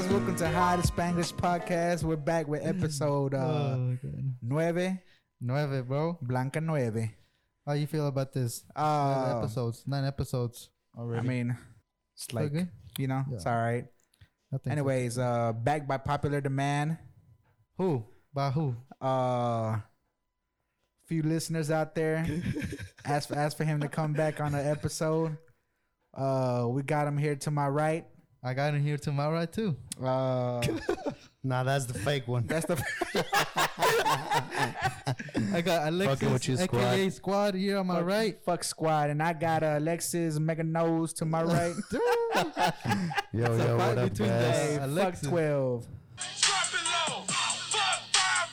Hot Spanglish podcast. We're back with Mm. episode uh, oh, good. nueve, Nueve, bro. Blanca nueve. How you feel about this? Nine Uh, episodes. Nine episodes I already. mean, it's like Okay. you know, Yeah. it's all right. I think so. Anyways, uh, backed by popular demand. who? By who? Uh, few listeners out there asked for, asked for him to come back on an episode. Uh, we got him here to my right. I got in here to my right too. Uh, Nah, that's the fake one. that's the I got Alexis, Fucking with you, aka squad. here on my right. fuck squad, and I got uh, Alexis Mega Nose to my right. Yo, It's a fight yo, what up, between guys? Hey, fuck Alexis. twelve. Dropping low. Fuck 5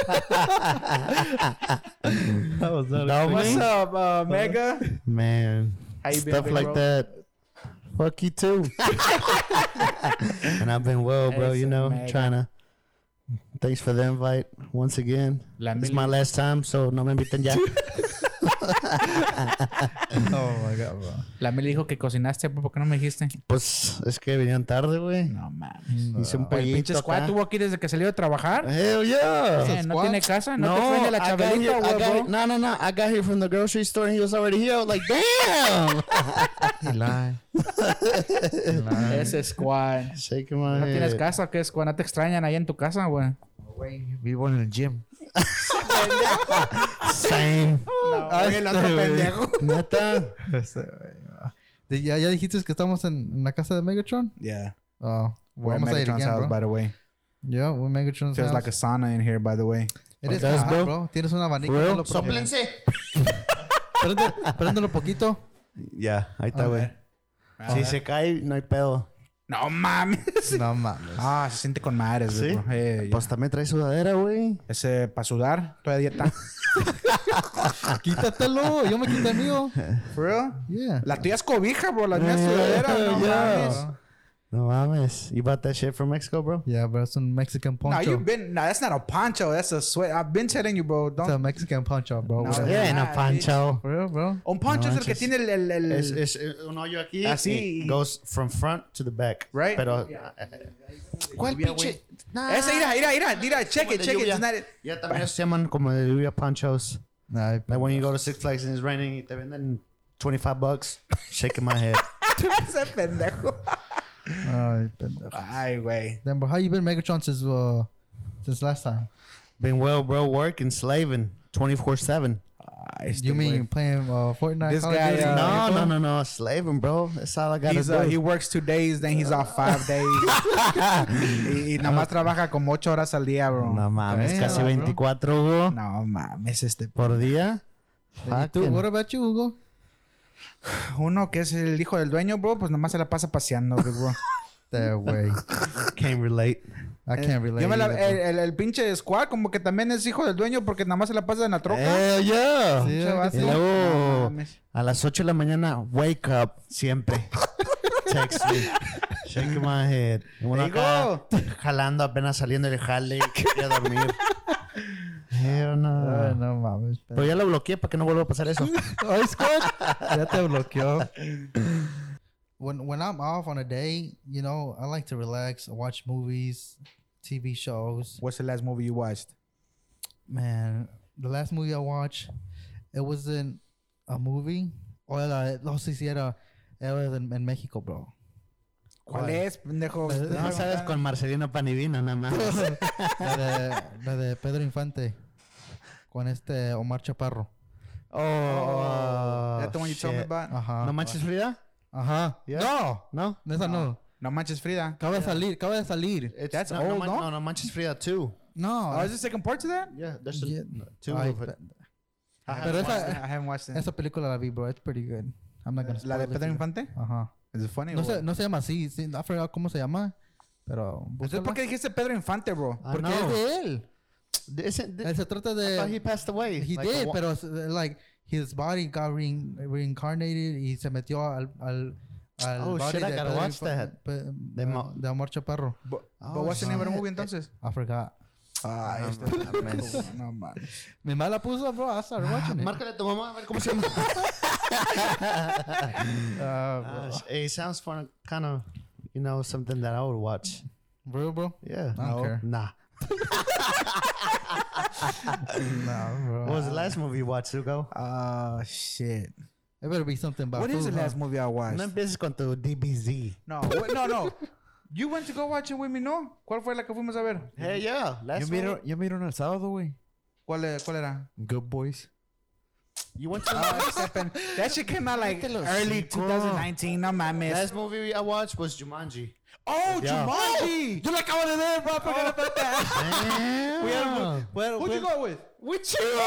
I make my That was not Dog, What's man? up, uh, Mega? Man, How you been, stuff big like bro? that. Fuck you too. and I've been well, bro. Eso, You know, mega. trying to. Thanks for the invite once again. La It's mil- my last time, so no me inviten ya. Oh my god, bro. La Mel dijo que cocinaste, ¿por qué no me dijiste? pues es que venían tarde, güey. No mames. Hice un Oye, pinche pollito squad acá. tuvo aquí desde que salió de trabajar. Hell yeah. Eh, no squad? tiene casa, no, te prende la I got here, chabelita, I got here- huevo. no, no, no. I got here from the grocery store and he was already here. I was like, damn. He lied. He lied. Ese squad. Shaking my ¿No head. tienes casa o qué, squad? ¿No te extrañan ahí en tu casa, güey? Vivo en el gym. Same. Ah, este, Oye, el otro pendejo. Neta. ¿Ya, ya dijiste que estamos en, en la casa de Megatron? Yeah. Oh, We're at vamos a ir Megatron's again, house, bro. by the way. Yeah, we're Megatron's Feels house. like a sauna in here, by the way. It is Does, hot, bro? bro. Tienes un abanico. For no real? lo prende. Prende- Préndelo poquito. Ya, ahí está, güey. Si se cae, no hay pedo. No mames. No mames. Ah, se siente con madres, ¿Sí? bro. Eh, Pues también trae sudadera, güey. Ese, para sudar, todavía está. Quítatelo. Yo me quité el mío. ¿For real? Yeah. La tuya es cobija, bro. La mía es Yeah, sudadera. No yeah. mames. No mames. You bought that shit from Mexico, bro? Yeah, bro. It's a Mexican No, poncho. you've been. No, that's not a poncho. That's a sweat. I've been telling you, bro. It's a Don't. Mexican poncho, bro. No, Whatever. yeah. Yeah, en a pancho. For real, bro. Un poncho No es el que manches. tiene el. el, el- Es, eh. es es un hoyo aquí. Así. y Goes from front to the back. Right. Pero. eh, ¿Cuál pinche? Nah. Ese, mira, mira, mira, mira, check Como it, de check it. lluvia. It's not it. Ya también se llaman como de lluvia panchos. Nah, Like when you go to Six Flags and it's raining y te venden 25 bucks. Shaking my head. Ese pendejo. ay, pendejo. Ay, güey. Then, bro, how you been Megatron since, uh, since last time? Been well, bro. Working, slaving 24 7. Ay, este You güey. mean playing uh, Fortnite? This Call of guy, Duty? uh, No, no, no, no. Slaving, bro. That's all I gotta He's, do. uh, he works two days, then he's off five days. y, y nada más trabaja como ocho horas al día, bro. No mames, Damn, casi bro. 24 Hugo No mames, este. por día. ¿Y tú? Fucking- What about you, Hugo? Uno que es el hijo del dueño, bro, pues nada más se la pasa paseando, bro. That way. Can't relate. I can't relate. Eh, Yo me la- either, el, bro. el, el pinche squad como que también es hijo del dueño porque nada más se la pasa en la troca. Hell yeah. Sí, Pinche que vato. Eh, Y No luego, mames. a las 8 de la mañana, wake up siempre. Text me. Shake my head. Uno Te acá jalando, apenas saliendo del jale. Quería dormir. Hell ah. Ay, no. Eh, no mames. Pero ya lo bloqueé para que no vuelva a pasar eso. Ay, Scott. ya te bloqueó. When when I'm off on a day, you know, I like to relax, watch movies, TV shows. What's the last movie you watched? Man, the last movie I watched, it wasn't a movie. O la no sé si era era en, en México, bro. ¿Cuál ¿Cuál? es, pendejo? Pues, No sabes con Marcelino Panivina nada más. La de, la de Pedro Infante con este Omar Chaparro. Oh, That the one you told me shit. about? Ajá. ¿No manches Frida? Ajá. Yeah. No, No. no, esa no. No manches Frida. Acaba de salir, acaba de salir. It's, That's no, old, no, man- no? no, no, Manchester Frida too. No. Oh, is there second part to that? Yeah, there's a, Yeah. no, two Ay, of it. pe- I I have Pero haven't one. esa- watched it. I haven't watched it. Esa película la vi, bro. It's pretty good. I'm not gonna ¿La de spoil it Pedro for you. Infante? Ajá. ¿Es funny? No or se, what? no se llama así. Sí, no, I forgot cómo se llama. Pero. Entonces, ¿por búscala. qué dijiste Pedro Infante, bro? I Porque es know. de él. Isn't- Él th- se trata I thought he de. passed away. He like a did, wa- pero, uh, like, his body got rein- reincarnated y se metió al. al al Oh, body shit, I de gotta Pedro watch Infante- that. Pe- De de, Mo- de Amor Chaparro. But, but Oh, what's the name of the shit. movie entonces? I forgot. Ah, no este mames. pendejo, No mames. Mi mamá la puso, bro. I started watching it. Márcale a tu mamá a ver cómo se llama. Ah, bro. Uh, it sounds fun, kind of. you know, something that I would watch. Real, bro? Yeah. I don't No. care. Nah. Nah, bro. What was the last movie you watched, Hugo? Uh, shit. It better be something about What food, is the huh? last movie I watched? No empieces con tu DBZ. No, what, no, no. You went to go watch it with me, ¿no? ¿Cuál fue la que fuimos a ver? Hey, yeah. Yo Last you, miro, yo miro el sábado, güey. ¿Cuál, eh, cuál era? Good Boys. you went to Ah, Stephen. that shit came out like early 2019. No mames. last movie I watched was Jumanji. oh, Yeah. Jumanji. Yo la acabo de ver, bro. Forgot about that. Damn. We had- well, Who'd you well, go with? With you.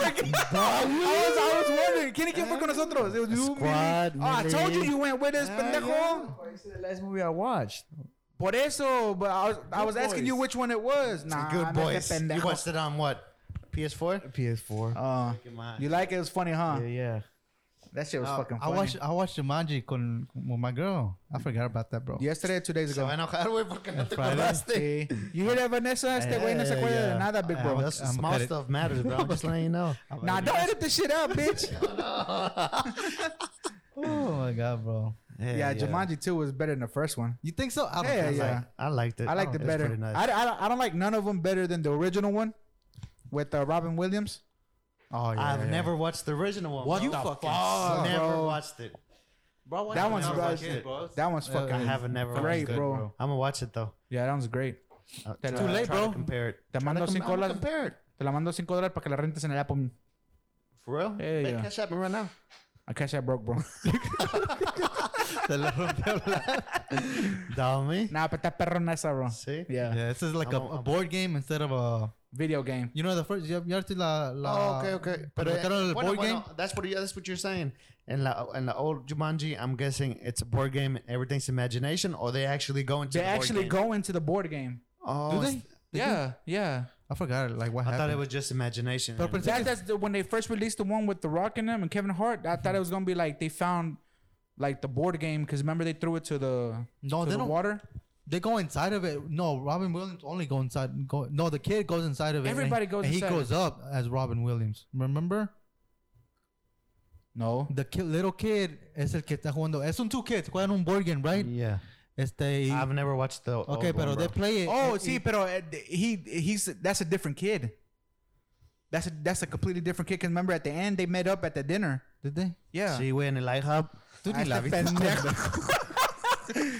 I was, I was wondering. ¿Quién que fue con nosotros? It was you, me. Squad, Oh, I told you Millie. you went with us, pendejo. It's the last movie I watched. Por eso, but I was, I was asking you which one it was. Nah, Good I'm not boys. that You Ah, pendejo. watched it on what? PS4? Oh, PS4. Uh, you like it? It was funny, huh? Uh, yeah, yeah. That shit was fucking I funny. watched I watched Jumanji con, with my girl. I forgot about that, bro. Yesterday or two days Se ago. va a enojar, güey, porque no te Friday. acordaste. Sí. You hear that, Vanessa? Este güey no se acuerda de nada, big bro. Yeah, that's I'ma small cut it. stuff matters, bro. I'm just letting you know. Nah, don't edit this shit out, bitch. Oh my god, bro. yeah, Jumanji 2 was better than the first one. You think so? I don't Yeah, think so. yeah. I liked it. I liked it It's better. pretty nice. I, I, don't- I don't like none of them better than the original one with uh, Robin Williams. Oh yeah. I've yeah. never watched the original one. What bro. the fuck? I've never bro. watched it. Bro, That one's never bad. watched it, bro. That one's Uh, fucking. I haven't never great, watched it. bro. I'm gonna watch it though. Yeah, that one's great. Uh, Too try- late, try to bro. Compare it. Te mando I'm cinco gonna dólares. compare it. Te la mando cinco dólares para que la rentes en el Apple. For real? Yeah, They yeah. cash at me right now. I cash that broke, bro. Dummy. nah, but that perro no esa, bro. See? Yeah. Yeah, this is like a, I'm- a board game instead of a Video game. you know the first you have to la, Oh, la okay, okay. But Pero sacaron el bueno, board bueno, game. that's what you, that's what you're saying. And la, in the old Jumanji, I'm guessing it's a board game. and Everything's imagination, or they actually go into They the board actually game? go into the board game. Oh, Do it's- they? Yeah, yeah. I forgot like what I happened. thought it was just imagination. But- but- That, that's the, when they first released the one with The Rock in them and Kevin Hart. I thought it was gonna be like they found like the board game because remember they threw it to the No, to they the don't- water. They go inside of it. No, Robin Williams only go inside. Go, no, the kid goes inside of it. and- Everybody goes and inside He of goes up as Robin Williams. Remember No, the kid, little kid es el que está jugando. Es un two kids juegan un board game, right? yeah, Este. I've never watched the. old okay, one, pero Mm-hmm. Ah, bro. they play it. Oh, it- see, pero uh, d- he he's that's a different kid. That's a that's a completely different kid. Cause remember at the end they met up at the dinner. did they? Yeah. Sí, güey, en el IHOP. Tú ni Ah, la este viste. pendejo.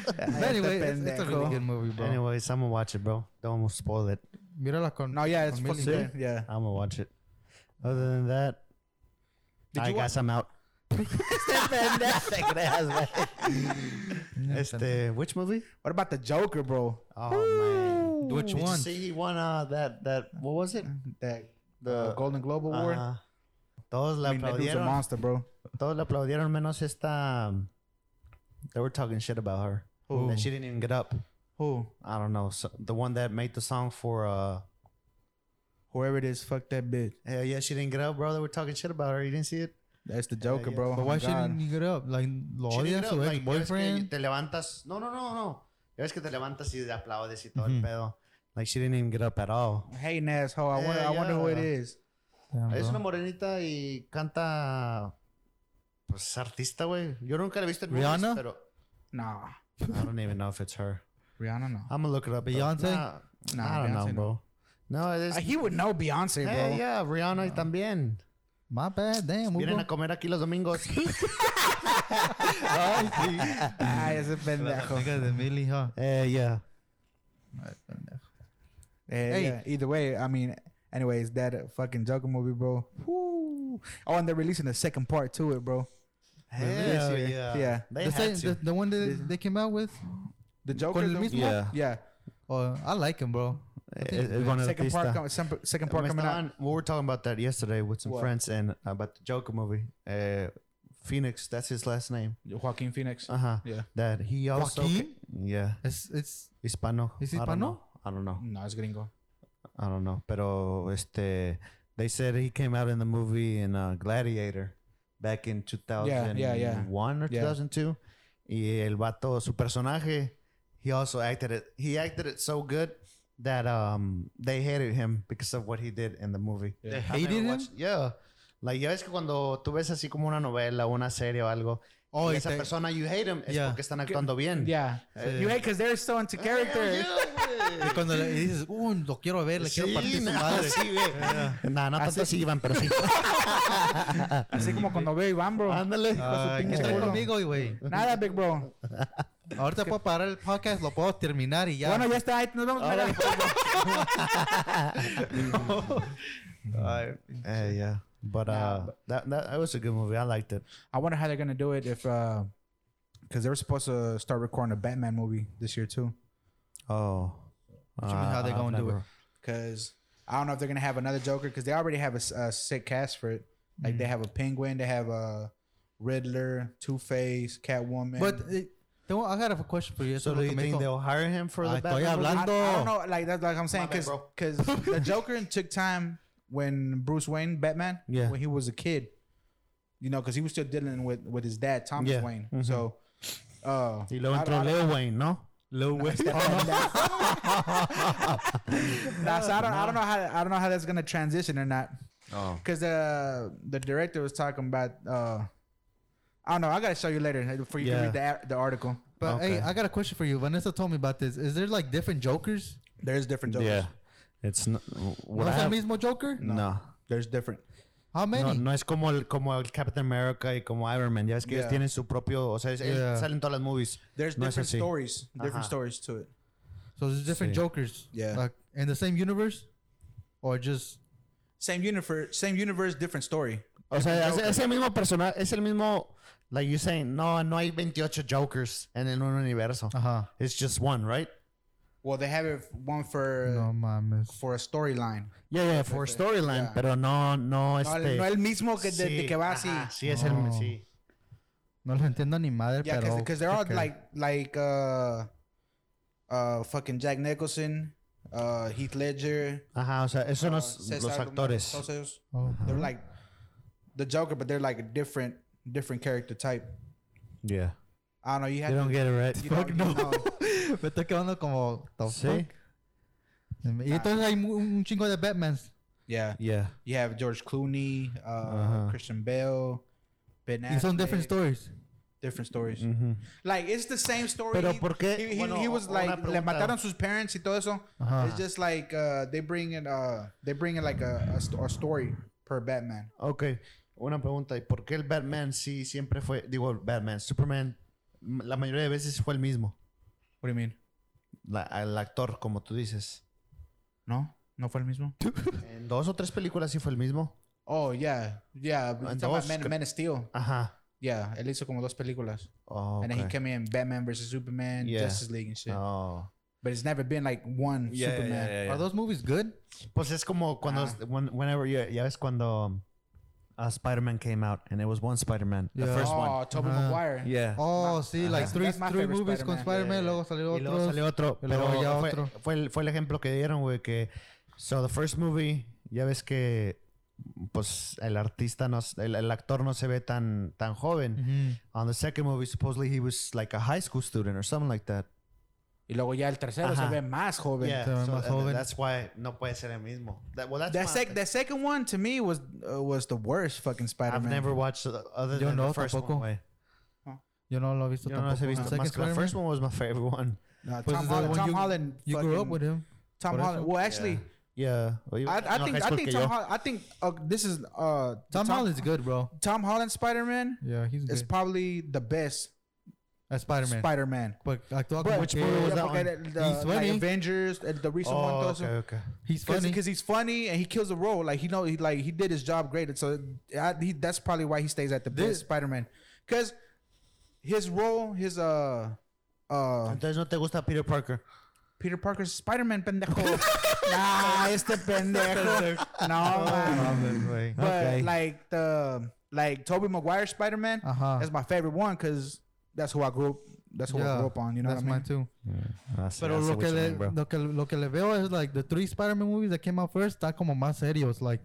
But anyway, it's, it's a really Pendejo. good movie, bro. Anyways, I'm gonna watch it, bro. Don't spoil it. Mírala con. No, yeah, it's con fucking Millie. good. Yeah. I'm gonna watch it. Other than that, Did I you guess I'm out. este, which movie? What about the Joker, bro? Oh man, Which Did you one? see, he won uh, that that what was it? That Ah, The- the Golden Globe Award. Ajá. todos le I mean, that dude's a aplaudieron. monster, bro. Todos le aplaudieron menos esta. um, they were talking shit about her. Who? That she didn't even get up. Who? I don't know. So, the one that made the song for uh, Whoever it is, fuck that bitch. hell yeah, she didn't get up, bro. They were talking shit about her. You didn't see it? That's the Joker, yeah. bro. But Oh, why my God. shouldn't you get up? Like, lo She didn't odias get su up, ex like, ya ves que boyfriend. Te levantas. No, no, no, no. Ya ves que te levantas y aplaudes y todo el pedo. Like she didn't even get up at all. Hating asshole. I wonder, Yeah, I wonder who it yeah. is. Damn, Es bro. una morenita y canta. Pues artista, güey. Yo nunca la he visto en movies, Rihanna? pero. Nah. I don't even know if it's her. Rihanna, no. I'm gonna look it up. though. Beyonce? Nah, Nah, I don't know, Beyonce, no. bro. No, it is. Uh, he would know Beyonce, bro. Hey, yeah, Rihanna y también. My bad. Damn. we Vienen go- a comer aquí los domingos. Ah, ese pendejo. Nigga, the Millie, huh? Eh, yeah. Eh, Hey. yeah, either way, I mean, anyways, that uh, fucking Joker movie, bro. Woo. Oh, and they're releasing the second part to it, bro. Hell year. yeah. Yeah. They the, had same, to. the, the one that they came out with. The Joker, Con el though? mismo? Yeah. yeah. Oh, I like him, bro. Es- es buen Second part, artista. com- sem- second part Me coming out. estaban- we were talking about that yesterday with some What? friends and about the Joker movie. Uh, Phoenix, that's his last name. Joaquin Phoenix. Uh huh. Yeah. That he also. Joaquin? Yeah. It's it's Hispano. Is I don't Hispano? know. I don't know. No, it's gringo. I don't know. Pero este, they said he came out in the movie in uh, Gladiator back in 2001 or Yeah. 2002. Y el vato, su personaje, he also acted it. He acted it so good that um they hated him because of what he did in the movie. Yeah. They I never hated him? watched- yeah. Like, ya ves que cuando tú ves así como una novela, una serie o algo, Oh, y y esa te- persona you hate him es Yeah. porque están actuando bien. Yeah. You hate because they're so into character. Y cuando le y dices, uh, lo quiero ver, le quiero partir su madre. Eh. Sí, güey. Nah, no tanto Así- así, Iván, pero sí. Así como cuando veo a Iván, bro. Ándale. Ah, ¿Qué pinche tal culo. conmigo, güey? Nada, big bro. Ahorita puedo parar el podcast, lo puedo terminar y ya. Bueno, ya está. ahí Nos vemos. mira. Eh, yeah. But uh, that, that that was a good movie. I liked it. I wonder how they're gonna do it if, uh, because they were supposed to start recording a Batman movie this year too. Oh. you mean how they gonna do it? Because I don't know if they're gonna have another Joker because they already have a, s- a sick cast for it. Like Mm-hmm. they have a Penguin, they have a Riddler, Two Face, Catwoman. But eh, tengo, I got a question for you. So do you think they'll hire him for Ah, the estoy Batman? movie? I, I Orlando. don't know, like that's like I'm saying, bad, because bro. because the Joker took time when Bruce Wayne, Batman, Yeah. when he was a kid, you know, because he was still dealing with with his dad, Thomas Yeah. Mm-hmm. Wayne. So, uh, Y luego I- entró I- Lil Wayne, ¿no? Lil Wayne. Oh. uh, Nah, so I don't, I don't know how I don't know how that's gonna transition or not. Because the the director was talking about. uh I don't know. I gotta show you later uh, before you Yeah. can read the, the article. But hey, Okay. I got a question for you. Vanessa told me about this. Is there like different Jokers? There's different jokers. Yeah. It's not, ¿No what I es el have, mismo Joker? no. There's different. How No, many? no es como el, como el Captain America y como Iron Man. Ya ves que ellos Yeah. tienen su propio. O sea, es- Yeah. salen todas las movies. There's No es different así. stories. Different Ajá. stories to it. So there's different Sí. Jokers. Yeah. Like in the same universe, or just Same universe. Same universe. Different story. O sea, es, es el mismo personaje. Es el mismo. Like you saying, no, no hay 28 Jokers en el un universo. ajá. It's just one, right? Well, they have it one for No mames. for a storyline. Yeah, yeah, for storyline. Yeah. Pero no, no, No, este. no el mismo que de, de que va así. ajá, sí, es el. Oh. Sí. No lo entiendo ni madre, Yeah, pero. because they're all okay. like like uh uh fucking Jack Nicholson, uh Heath Ledger, Ajá, o sea, esos son uh, los, Cesar los actores. Sosa's. Oh. They're like the Joker, but they're like a different different character type. Yeah. I don't know. You have You don't to, get it right. you don't- you know. Me estoy quedando como. the Sí. fuck? Y entonces hay mu- un chingo de Batmans. Yeah, Yeah. you have George Clooney, uh, Uh-huh. Christian Bale, Ben Y son different Affleck, stories. Different stories. Ujú. Like it's the same story. Mm. Pero He- ¿por qué? He, he, Bueno, he was una like le pregunta. mataron sus parents y todo eso. Ajá. It's just like uh, they bring in uh they bring in like a, a, sto- a story per Batman. Ok, una pregunta. ¿Y por qué el Batman sí siempre fue, digo, el Batman, Superman, m- la mayoría de veces fue el mismo? What do you mean? La- el actor, como tú dices. No, no fue el mismo. En dos o tres películas sí fue el mismo. Oh yeah, yeah. Ah, It's about dos, Man, cre- Man of Steel. Ajá. Yeah, él hizo como dos películas. Oh, And then he ok. came in Batman versus Superman, Yeah. Justice League and shit. Oh. But it's never been like one Yeah, Superman. yeah, yeah, yeah. Are those movies good? Pues es como cuando, Ah. when- whenever, ya, ya ves cuando um, uh, Spider-Man came out and it was one Spider-Man, the Yeah. first Oh, one. Tobey Ajá. Maguire. Uh-huh. Yeah. Oh, sí, like That's- three, that's my three favorite movies con Spider-Man, Spider-Man. luego salió Y luego otro. salió otro. y Pero luego ya fue, otro. fue el, fue el ejemplo que dieron, güey, que... So, the first movie, ya ves que... Pues el artista, no, s- el, el actor no se ve tan, tan Mm. joven. On the second movie, supposedly he was like a high school student or something like that. Y luego ya el tercero se Ajá. ve más joven. Yeah, Se ve so más th- joven. that's why no puede ser el mismo. That, well, that's That my- sec that second one to me was uh, was the worst fucking Spider-Man. I've never watched the, other Yo than no, the first tampoco. one. güey. Yo no lo he visto Yo no tampoco. las he visto Second más que the Spider-Man? first one was my favorite one. No, Pues Tom es the Holland. one Tom you- Holland. You grew up fucking- with him. Tom por Holland. eso. Well, actually, Yeah. I, I think I think Tom Holland. I think uh, this is uh Tom Holland's good, bro. Tom Holland Spider-Man Yeah, he's is good. probably the best As Spider-Man. Spider-Man. But actuó But- como Which que- movie was that porque one? the- the- He's like, funny. Avengers, uh, the recent one. Oh, also. okay, okay. He's funny. because he's funny and he kills the role. Like he know, he, like he did his job great. And So I, he, that's probably why he stays at the best Spider Man. Because his role, his uh, uh, Entonces no te gusta Peter Parker. Peter Parker's Spider Man pendejo. nah, it's the pendejo. Ah, no, Oh, man. But Okay. Uh-huh. like the like Toby Maguire Spider Man, Ajá. that's my favorite one because that's who I grew up. That's who I Yeah, grew up on. You know what I That's mean? mine too. Ah, sí, Pero I see lo what que, you le, mean, bro. lo, que, lo que le veo es like the three Spider-Man movies that came out first está como más serios. Like,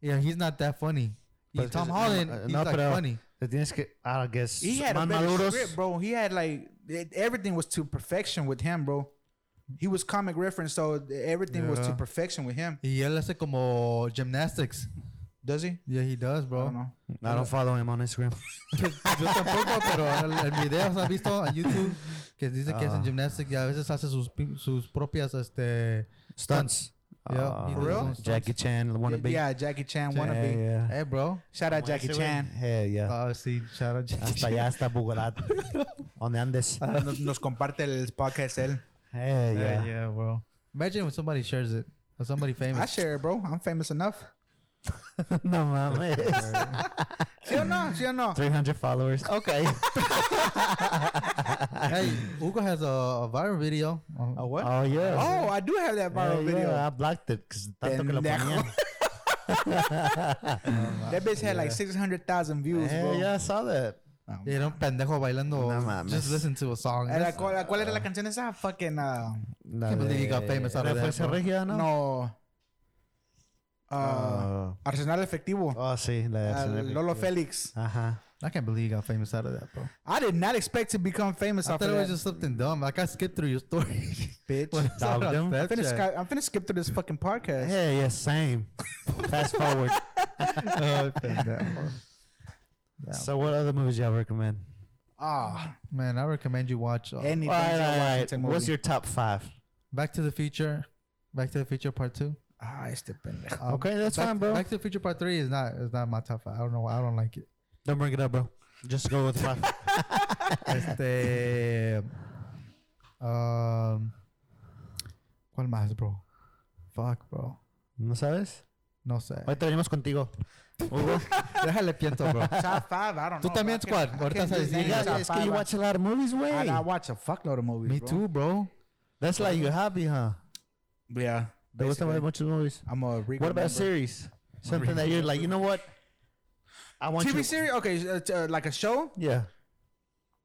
yeah, he's not that funny. Y Pues, Tom no, Holland, no, he's no, like pero- funny. Te tienes que, I guess, He had más a better maduros. script, bro. He had like it, everything was to perfection with him, bro. He was comic reference, so everything was to Yeah. perfection with him. Y él hace como gymnastics. Does he? Yeah, he does, I bro. don't know. I don't follow him on Instagram. Yo tampoco, pero el, el video ¿has visto en YouTube que dice que es en gymnastics y a veces hace sus, pi- sus propias este Stunts. Yeah, Ah, he does his own Jackie Chan, Yeah, wannabe. yeah, Jackie Chan Yeah, wannabe. yeah. Hey, eh, bro. Shout out Como Jackie ese güey. Chan. Oh, Hell yeah. Ah, sí, shout out Jackie Hasta Chan. allá, hasta Bugarat. Donde andes. Nos, nos comparte el podcast él. Hell Eh, Yeah, yeah. yeah, bro. Imagine when somebody shares it. Or somebody I famous. share it, bro. I'm famous enough. No mames. ¿Sí o no? ¿Sí o no? 300 followers. Okay. hey, Hugo has a, a viral video. Oh, what? Oh, yeah. Oh, I do have that Hell viral yeah, video. I blocked it 'cause tanto que lo Pendejo. ponían. That bitch had like 600,000 views, bro. Hell Eh, yeah, I saw that. Era un pendejo bailando. No mames. just listen to a song. Eh, la That's- cual- la- ¿Cuál era ah. la canción esa? Fucking. uh, No, Can't believe you got de- famous out of that, Refuerzo bro. Rígido, ¿no? no. Uh, Ah. Arsenal Efectivo. Oh, sí, la de Uh, Arsenal Epic. Lolo Félix. Ajá. I can't believe you got famous out of that, bro. I did not expect to become famous I off thought of it was that, just something dumb. Like I skipped through your story. bitch. When I saw it on I'm finna, Snapchat. sky, I'm finna skip through this fucking podcast. Hell yeah, same. Fast forward. Oh, pendejo. So, what other movies y'all recommend? Ah, Man, I recommend you watch uh, anything. Oh. All right, Denzel all right. Washington What's movie. your top five? Back to the Future. Back to the Future Part Two. Ah, este pendejo. Um, Okay, that's Back, fine, bro. Back to the Future Part Three is not is not my top five. I don't know why I don't like it. Don't bring it up, bro. Just go with five. Este, um, ¿cuál más, bro? Fuck, bro. ¿No sabes? No sé. Ahorita venimos contigo. Hugo. Déjale pienso, bro. Top five, I don't Tú know. también, I can- squad. I Ahorita can't vas a do decir. any Yeah, top es que you five. watch a lot of movies, way. I, I watch a fuckload of movies. Me bro. too, bro. That's like your hobby, huh? Yeah. Te gusta ver basically. muchos movies. I'm a Rico What about member. series? Something that you're like, you know what? I want TV you. series? Okay, uh, t- uh, like a show. Yeah.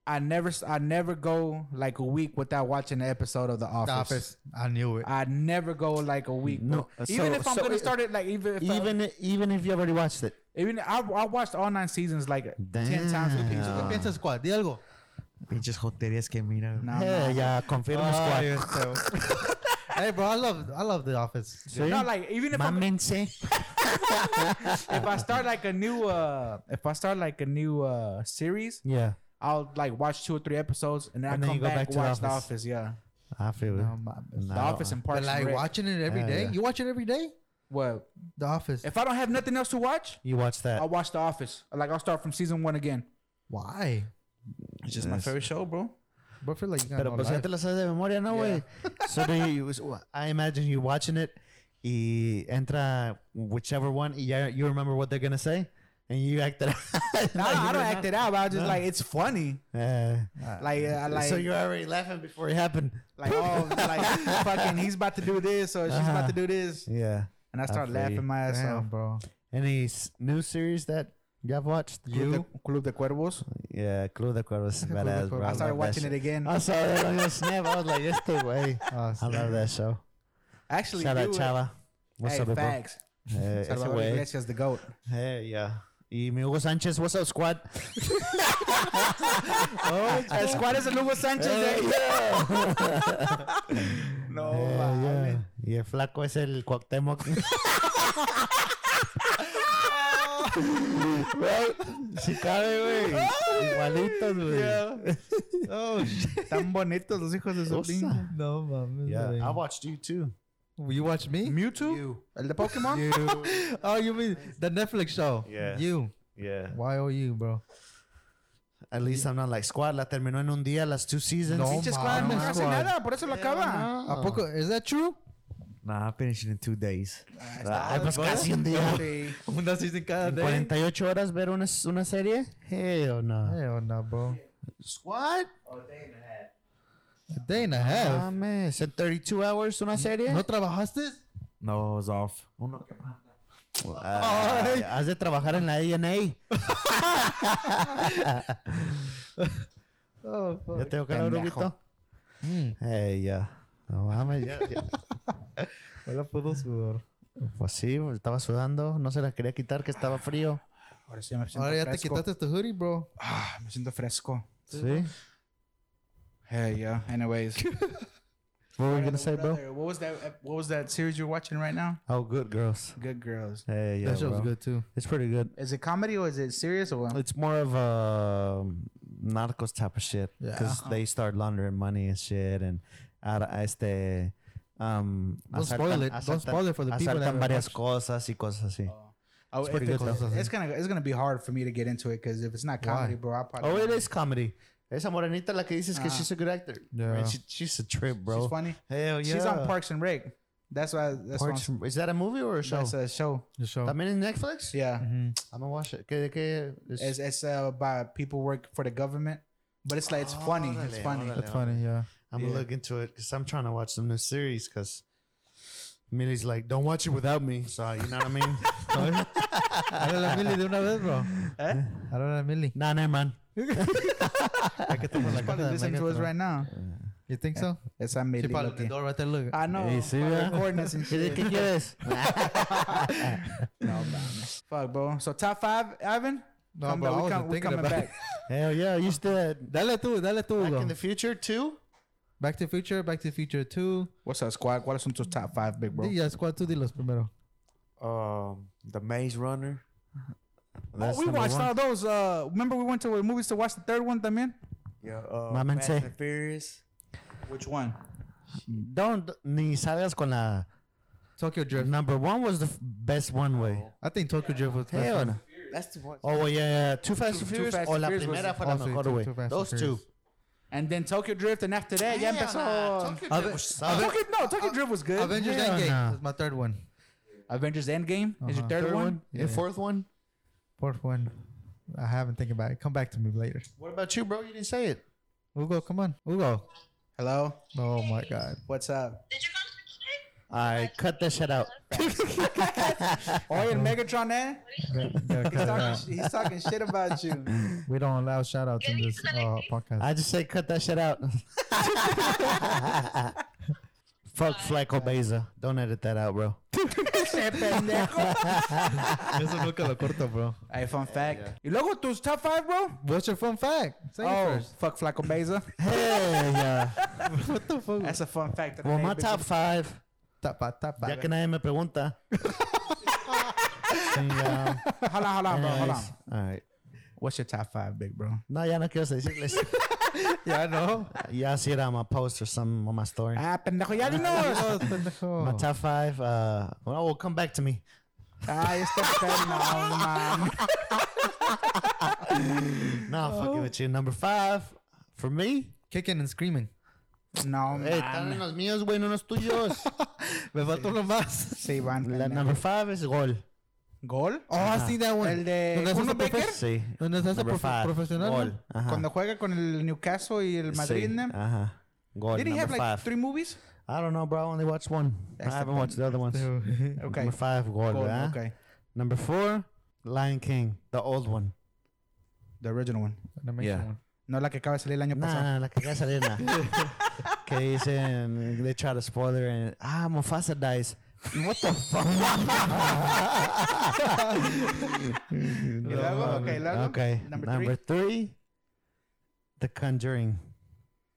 I never, s- I never go like a week without watching an episode of The Office. The Office. I knew it. I never go like a week. No, No, uh, even so- if I'm so gonna it- start it, like even if even Even even if you already watched it. I, even I, I watched all nine seasons like ten times. Damn. with you. ¿Qué piensas, squad? Di algo. Ah. Pinches joterías que mira. güey. No, I'm Yeah, not. yeah. Ah, Confirmo Ay, squad. este- hey, bro. I love I love The Office. See? No, like even if I'm, Mámense. if I start like a new uh if I start like a new uh series, Yeah. I'll like watch two or three episodes and then And I then come you go back, back to The watch the Office. office. Yeah, I feel it. No mames. the office and Parks But and like Rec. watching it every Yeah, Ah, day. yeah. You watch it every day? Well, The Office. if I don't have nothing else to watch, You watch that. I'll watch the office. Like I'll start from season one again. Why? It's just my favorite show, bro. But I feel like you got Pero no pues ya life. te lo sabes de memoria, ¿no, güey? So do you, was- I imagine you watching it y entra whichever one y ya you remember what they're gonna say and you act it out. No, I don't act it out. But este I was just like it's funny. Uh, Like I like so you're already laughing before it happened. like oh like fucking he's about to do this or she's about Uh-huh. to do this Yeah. and i start feel you. laughing my ass off Damn, bro. Any s- new series that you have watched? Club de, Club de Cuervos. Yeah, Club de Cuervos. Club de badass, bro. Cuervos. I started love that watching shit. it again. I saw that on your snap. I was like, it's the way. Ah, I love that show. Actually, Shout out you- eh? Chala. What's hey, up, bro? facts. Eh, ese Salvador güey. Iglesias, the goat. Hey, Eh, yeah. Y mi Hugo Sánchez, what's up, squad? El squad is el Hugo Sánchez. Hey, eh. yeah. No, Hey, mames. yeah. Y el flaco es el Cuauhtémoc. Right? Si cabe, güey. Igualitos, güey. Oh shit. Tan bonitos los hijos de su Cosa. No mames. Yeah, Ah, I güey. watched you too. you watch me? Mewtwo? El de Pokemon? Oh, you mean the Netflix show? Yeah. You. Yeah. Why are you, bro? At least I'm not like squad. La terminó en un día las two seasons. No. Pinche squad no mames, hace squad. nada, por eso lo acaba. ¿A Ah, poco? Is that true? Nah, I'm finishing in two days. Ay, pues casi un día. Sí. Una season cada day. 48 horas ver una, una serie? Hell no. Hell no, bro. Squad? A day and a Ah, half. Eh, Mames. ¿En 32 hours una serie? ¿No trabajaste? No, it's off. Ah, has de trabajar en la DNA. Oh, fuck. Ya tengo que hablar un Pendejo. poquito. Hey, ya. No mames, ya, ya. Hola, pudo sudor. Pues sí, estaba sudando. No se la quería quitar, que estaba frío. Ahora sí me siento Ahora ya te fresco. quitaste tu hoodie, bro. Ah, me siento fresco. Sí. Hey, yeah. Anyways. What were you gonna say, bro? What was that? What was that series you're watching right now? Oh, good girls. Good Girls. Hey, yeah, that show's bro. good too. It's pretty good. Is it comedy or is it serious or what? It's more of a narcos type of shit because they start laundering money and shit and out este um Don't spoil it. Don't spoil it for the people that asaltan haven't varias watched. cosas y cosas así. Oh, pretty if good it's, though. it's gonna it's gonna be hard for me to get into it because if it's not comedy, bro, I probably Oh, it is comedy. Esa morenita la que dices que Ah. she's a good actor. Yeah. Man, she, she's a trip, bro. She's funny. Hell yeah. She's on Parks and Rec. That's why. That's why. Parks and- Is that a movie or a show? That's a show. The show. Mm-hmm. También en Netflix? Yeah. I'm gonna watch it. ¿Qué, qué es? It's it's uh, about people work for the government, but it's like it's funny. It's Órale, funny. órale, That's funny. Yeah. I'm gonna Yeah. look into it because I'm trying to watch some new series. Because Millie's like, "Don't watch it without me." So you know what I mean? Háblale a Milly de una vez, bro. Eh? Háblale a Milly. nah, nah, man. She's probably listening to us right now. You think Eh, so? It's I made She probably at the door right there. Look. I know. Hey, see fuck, that? recording us and shit. ¿Qué quieres? No, mames. Fuck, bro. So top five, Ivan. No, Come bro, back. I We wasn't come, we're thinking coming about back. Hell yeah! You still had Dale tú, dale tú, Back in bro. the Future too? Back to the Future, Back to the Future 2. What's up, squad? ¿Cuáles son tus top five, big bro? Di, Ya, ¿cuál tú dilos primero? Um, The Maze Runner. oh, we number watched one. all those. Uh, remember we went to the movies to watch the third one, también. Yeah. Uh, Mamen Fast say. and Furious. Which one? Don't ni salgas con la. Tokyo Drift. Number one was the f- best one way. I think Tokyo Drift was the best Hell one. no. That's the one. Oh well, yeah, yeah. Too fast, too, Too furious. Fast or and la Furious was primera fue la also mejor Too- way. Too Fast and Those two. Furious. And then Tokyo Drift, and after that, ya empezó. Hell no. Tokyo Tokyo, no, Tokyo Drift was good. Avengers Hell Endgame no. is my third one. Avengers Endgame is your Uh-huh. third, Drift one? The fourth one. Fourth one. I haven't thinking about it. Come back to me later. What about you, bro? You didn't say it. Ugo, come on. Ugo. Hello, Oh my God. what's up? Did you come to the kid? I cut that shit out. Oye, Megatron, eh? Gotta- gotta He's cut it talking, out. sh- he's talking shit about you. We don't allow shout outs in this uh, podcast. I just say cut that shit out. Fuck Flacco Beza. Don't edit that out, bro. Eso nunca lo corto, bro. Hey, fun fact. You look at those top five, bro. What's your fun fact? Say it Oh, first. fuck Flacco Beza. Hey, yeah. What the fuck? That's a fun fact. of the Well, day, my bitch. top five. Tapa, Ya tapa. que nadie me pregunta. Chingado. Hold on, hold on, bro. Hold on. Anyways, All right. What's your top five, big bro? No, ya no quiero decirles. Yeah, I know. Ya see it on my post or something on my story. Ah, pendejo, ya dinos. My top five. Uh, well, well, come back to me. Ay, este pendejo, man. No, I'm Oh. fucking with you. Number five for me. Kicking and screaming. No, Hey, están man. los míos, güey, no los tuyos. Me faltó uno más. Sí, van. La pendejo. number five is gol. ¿Gol? Oh, I seen that one. El de Donde haces Kuno a profe- Becker? Sí. Donde haces a Number profe- five. profesional. Gol. ¿no? Ajá. Cuando juega con el Newcastle y el Madrid, Sí, ¿no? Ajá. Gol. Did he Ah, Uh-huh. Number have like five. three movies? I don't know, bro. I only watched one. That's I the haven't watched the other ones. Okay. Number five, gol, Gol, ¿verdad? okay. Number four, Lion King, the old one. The original one. An amazing Yeah. one. No la que acaba de salir el año Nah, pasado. nah, la que ya salió, nah. que dicen, they try to spoil her and, ah, Mufasa dies. What the fuck? Y luego, ok, luego. okay. Number Number, three, The Conjuring.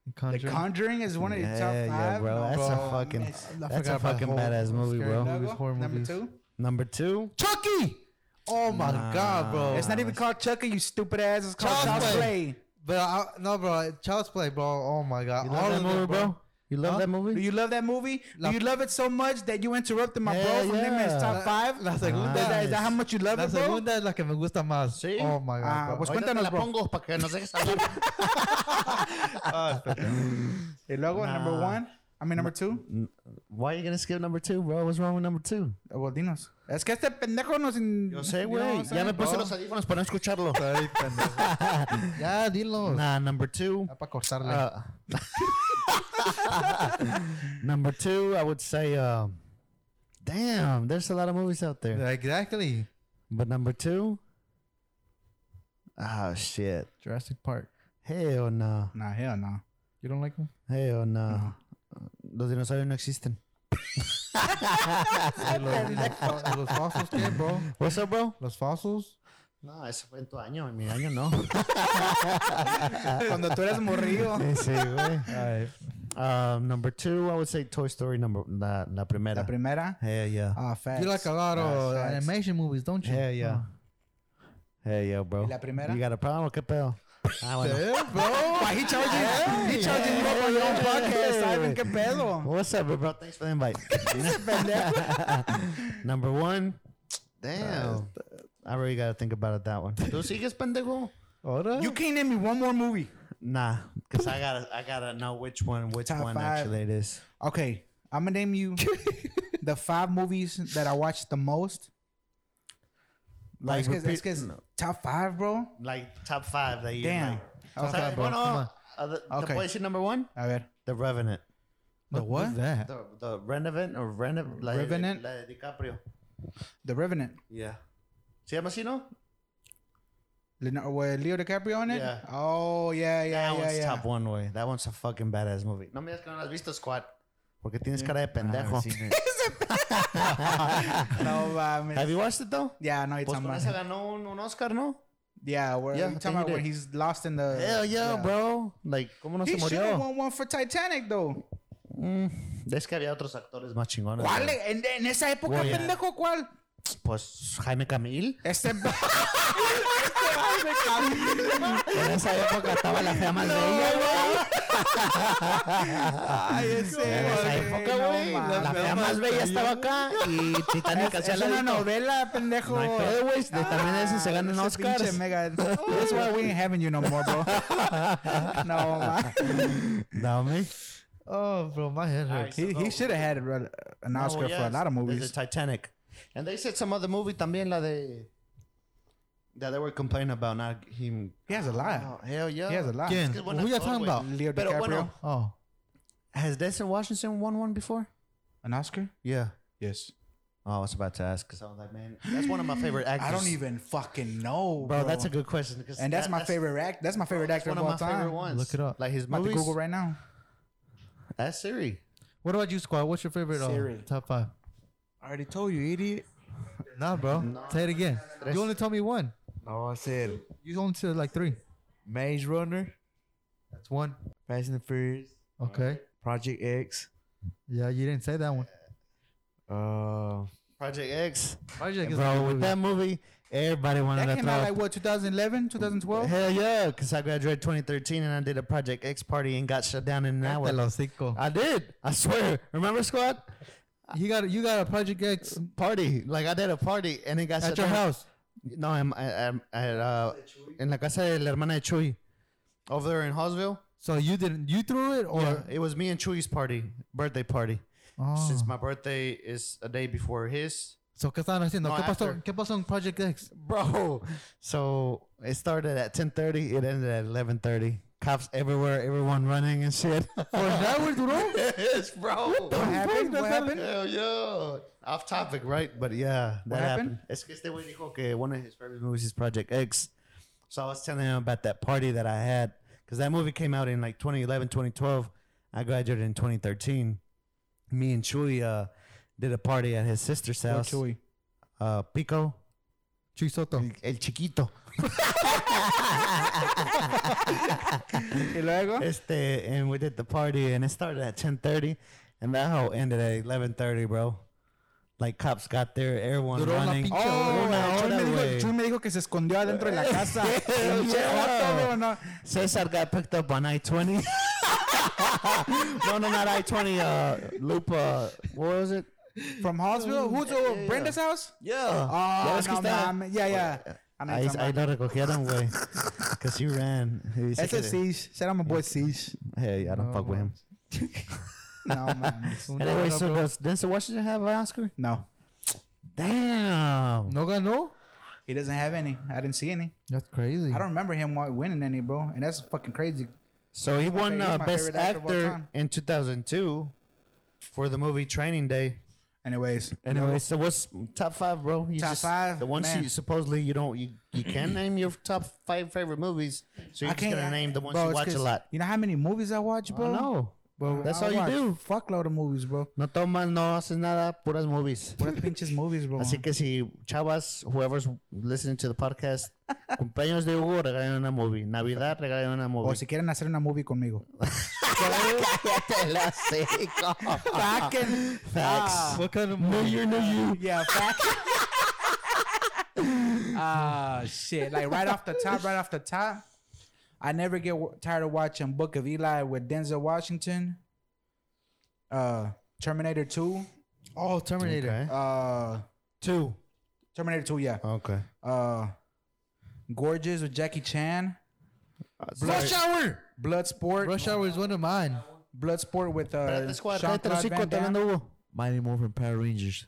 The Conjuring. Conjuring is one of the top Yeah, five. yeah, bro. No, That's bro. a fucking, It's- that's a forgot about fucking horror- badass movie, scary bro. movies, Luego, horror number movies. two. Number two, Chucky. Oh my God, bro. It's not even called Chucky, you stupid ass. It's called Child's Child's Play. Play. But I, no, bro. Child's Play, bro. Oh my God. you love that of movie, them, bro? You love Huh? that Do movie? you love that movie? La- Do you love it so much that you interrupted my Yeah, bro from them yeah. as top five? La segunda. Is, that, is that how much you love La it, bro? segunda es la que me gusta más. Sí. Oh my God. Ah, bro. pues Ahorita te cuéntanos, la bro. pongo para que nos dejes hablar. Y luego, number one. I mean, number two. Why are you gonna skip number two, bro? What's wrong with number two? Eh, Well, dinos. Es que este pendejo nos... in- Yo sé, you know güey. what I'm ya saying? me puse los audífonos para no escucharlo. Ya, dilo. nah, number two. Para cortarle. Uh, number two, I would say, um, damn, there's a lot of movies out there. exactly. But number two, oh shit, Jurassic Park. hell no, Nah, hell no. You don't like me? hell no. Los dinosaurios no existen. los, los fossils, ¿qué, bro? What's up, bro? Los fossils. No, eso fue en tu año, en mi año no. Cuando tú eres morrido. Ese, güey. Um, number two, I would say Toy Story number la, la primera. La primera. Hell yeah. Ah, facts. You like a lot of Facts. animation movies, don't you? Hell yeah. Hell yeah, bro. Ah. ¿Y la primera? You got a problem? ¿Qué pedo? Ah, bueno. Why he charging? he charging you up on your own podcast, Simon. ¿Qué pedo? What's up, bro? Thanks for the invite. number one. Damn. I really got to think about it, that one. ¿Tú sigues, pendejo? Ahora? You can't name me one more movie. Nah, because I gotta, I gotta know which one, which Top one five. actually it is. Okay, I'm gonna name you the five movies that I watched the most. Like, Like, it's 'cause- it's repeat- 'cause top five, bro. Like top five that you Damn. like. Okay, Sorry, bro. no, no, Come no. on. Uh, the, the Okay. place in number one, A ver. The Revenant. The What what? is that? The the Revenant or Revenant? La, Revenant? La de DiCaprio. The Revenant. Yeah. ¿Se llama así, no? Leonardo, with Leo DiCaprio on it? Yeah. Oh, yeah, yeah, that yeah, one's yeah. top one, way. That one's a fucking badass movie. No me digas que no lo has visto, Squad. Porque tienes cara de pendejo. No, mames. Have you watched it, though? yeah, no, it's Pues on con my. esa ganó un, un Oscar, ¿no? Yeah, where Yeah, you I talking think about he where did. he's lost in the. Hell yeah, bro. Like, ¿cómo no Uh, He se should have murió? won one for Titanic, though. Es que había otros actores más chingones. ¿Cuál? güey. En, en esa época, Well, yeah. pendejo, ¿cuál? Pues Jaime Camil. Este. Este- En esa época estaba la fea más bella, güey. Ay, En esa ese. época, no güey. mames. la fea más bella estaba acá y Titanic Es, hacía es la una novela. novela, pendejo. No hay pedo, güey. De- También ese se gana en Ah, Ese pinche Oscars. mega- That's why we ain't having you no more, bro. no, man. Dame. Oh, bro, my head hurts. He, he should have had uh, an Oscar No, for a yes, lot of There's movies. a Titanic. And they said some other movie también, la de... That they were complaining about, not him. He has a lot. Oh, hell yeah. Ah, He has a lot. ¿Quién? Es que es buen Who you actor, talking güey. about? Leo Pero DiCaprio. bueno, Oh, has Denzel Washington won one before? An Oscar? Yeah. Yes. Oh, I was about to ask because I was like, man, that's one of my favorite actors. I don't even fucking know, Bro, bro. that's a good question. 'cause and that's that- my favorite act. That's my favorite That's actor one of of all my favorite time. ones. Look it up. Like his I'm about to movies. Google right now. That's Siri. what about you, squad? What's your favorite uh, Siri. top five? I already told you, idiot. Nah, bro. Say it again. You only told me one. No, I said You only said like three. Maze Runner, That's one. Fast and the Furious, Okay. Project X. Yeah, you didn't say that one. Uh, Project X. Project is Bro, like a with that movie, everybody wanted That to came throw out a like what, 2011, 2012? Hell yeah, because I graduated 2013 and I did a Project X party and got shut down in an movie. hour. Los cinco. I did. I swear. Remember, squad? Ah, You got you got a Project X Party. Like, I did a party and it got shut at your down. house. No, I'm, I, I'm at, uh, in la casa de la hermana de Chuy. Over there in Hallsville. So you didn't you threw it or Or it was me and Chuy's party, birthday party. oh. Since my birthday is a day before his. So qué estaban haciendo? No, ¿Qué after. pasó? ¿Qué pasó en Project X? Bro. So it started at 10.30. It ended at 11.30. Cops everywhere, everyone running and shit. For that was wrong. yes, bro. What happened? What that's not- happened? Hell yeah. Off topic, right? But yeah, that happened. happened? Es que este güey dijo que one of his favorite movies is Project X. So I was telling him about that party that I had because that movie came out in like 2011, 2012. I graduated in 2013. Me and Chuy uh, did a party at his sister's house. Chewy. Uh, Pico, Chuy Soto. el chiquito. Y luego? Este, and we did the party, and it started at 10:30, and that whole ended at 11:30, bro. Like cops got there, everyone Duró la running. pinche Oh, Una Chuy hora, me, dijo, güey. Chuy me dijo que se escondió adentro de la casa. Hell Pinche yeah. vato, bro, no. Cesar got picked up on I-20. no, no, not I-20. Uh, loop. Uh, what was it? From Hallsville? Who's uh, Brenda's house? Yeah. Oh, ves que no está- mames. Yeah, yeah. I know Ahí, somebody. ahí lo recogieron, güey. Because he ran. He dice Ese que- es Siege. Shout out my boy Siege. Hey, I don't No, fuck with him. No, mames. Una Anyway, hora, so bro. does Denzel Washington have an Oscar? No. Damn. no ganó. He doesn't have any. I didn't see any. That's crazy. I don't remember him wa- winning any, bro. And that's fucking crazy. So he won favorite- uh, my Best favorite actor of all Actor time. in 2002 for the movie Training Day. Anyways. Anyway, so what's top five, bro? You Top five, The ones man. you supposedly you don't you, you can name your top five favorite movies. So you're just gonna name the ones bro, you it's watch a 'cause- lot. You know how many movies I watch, bro? no, Bro, That's I all you watch do. Fuckload of movies, bro. No tomas, no haces nada, puras movies. Puras pinches movies, bro. Así que si chavas, whoever's listening to the podcast, cumpleaños de Hugo, regalen una movie. Navidad, regalen una o movie. si quieren hacer una movie conmigo. Cállate el hocico. Fucking Facts. What kind of No, you, no, you. Ah. Yeah, fuck. Ah, shit. Like right off the top, right off the top. I never get w- tired of watching Book of Eli with Denzel Washington. Uh, Terminator 2. Oh, Terminator. Okay. Uh, Two. Terminator 2, yeah. Okay. Uh, Gorgeous with Jackie Chan. Sorry. Hour. Bloodsport. Rush Hour is one of mine. Bloodsport with uh, Espérate, squad, cállate Jean-Claude el hocico, Van está Damme. hablando Hugo. Mighty Morphin Power Rangers.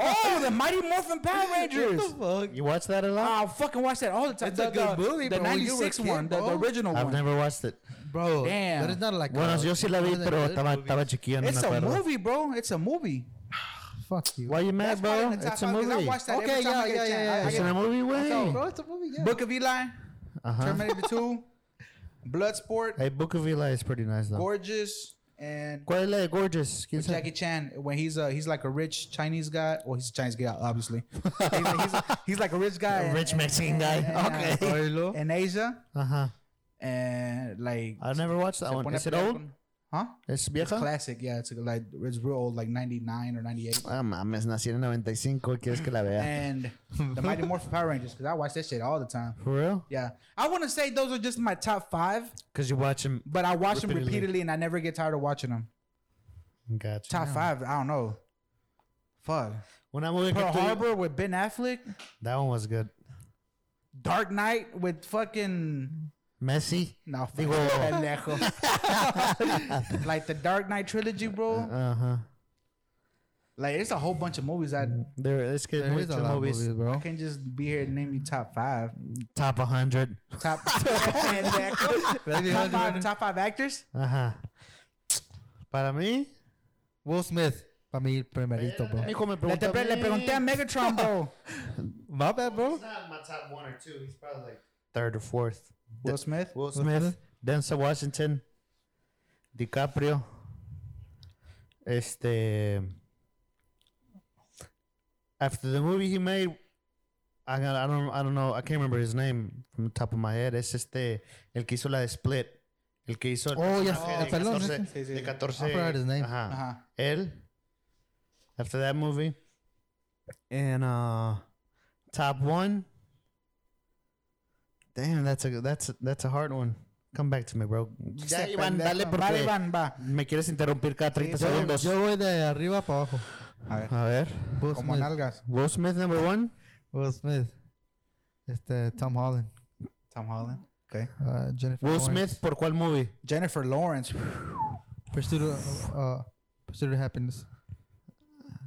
Oh, the Mighty Morphin Power Rangers. Fuck. You watch that a lot? I fucking watch that all the time. It's the, a good the- movie, The but when you were a 96 kid, one, the, the bro. original I've one. never watched it. Bro. Damn. That is not like Bueno, a- yo sí la vi, one of the pero good estaba, movies. estaba chiquillo, no it's me a acuerdo. movie, bro. It's a movie. Fuck you. Why you mad, That's probably bro? in the top It's a five, 'cause I movie. watch that every Okay, time I yeah, get a yeah, chance. yeah, I yeah. It's get- in a movie, Bro, güey. it's a movie, yeah. Book of Eli, Ajá. Terminator 2, Bloodsport, Hey, Book of Eli is pretty nice, though. Gorgeous, and ¿Cuál es la de Gorgeous? ¿Quién sabe? Jackie Chan when he's uh he's like a rich Chinese guy. Well, he's a Chinese guy, obviously. he's, he's, he's like a rich guy. A in- rich Mexican guy. in- Okay. in- In Asia, Ajá. and like I never watched that se one. pone a Is it pelear old? con- Huh? ¿Es vieja? Classic, yeah. It's like it's real old, like ninety nine or ninety eight. Ah, mames, nací en 95. ¿Quieres que la vea? And the Mighty Morphin Power Rangers, because I watch that shit all the time. For real? Yeah, I want to say those are just my top five, Because you watch him. but I watch them Repeatedly. repeatedly and I never get tired of watching them. Gotcha. Top five, I don't know. Fuck. Una movie que Pearl tú- Harbor with Ben Affleck, That one was good. Dark Knight with fucking Messi. no, fuck, Digo- pendejo. like the Dark Knight trilogy, bro. Uh-huh. Like it's a whole bunch of movies that There, it's good. There is a lot of movies. movies, bro. I can't just be here and name you top five, Top 100. top top Maybe five, 100. top five actors. Ajá. Para mí. Will Smith. Para mí, primerito, bro. Hijo, me Le, te preguntó pre- le pregunté a Megatron, bro. My bad, bro. not my top one or two. He's probably like third or fourth. Will Smith. Will Smith, Pues Denzel Washington, DiCaprio, este. After the movie he made, I, got- I don't I don't know I can't remember his name from the top of my head. Es este el que hizo la de Split, el que hizo el Oh, ya personaje sé, el pelón, de 14, sí, sí, de sí. 14. I forgot his name. Ajá. Ajá. Él. After that movie, and uh, top one. Damn, that's a that's a, that's a hard one. Come back to me, bro. Ya, Se Iván, pendejo. dale porque Vale, Iván, va. me quieres interrumpir cada 30 Sí, yo- segundos. Yo voy de arriba para abajo. a ver, Will Como Smith. nalgas. Will Smith number one. Will Smith. Este, Tom Holland. Tom Holland. Okay. Uh, Jennifer Will Lawrence. Smith por cuál movie? Jennifer Lawrence. Pursuit of, uh, Pursuit of Happiness.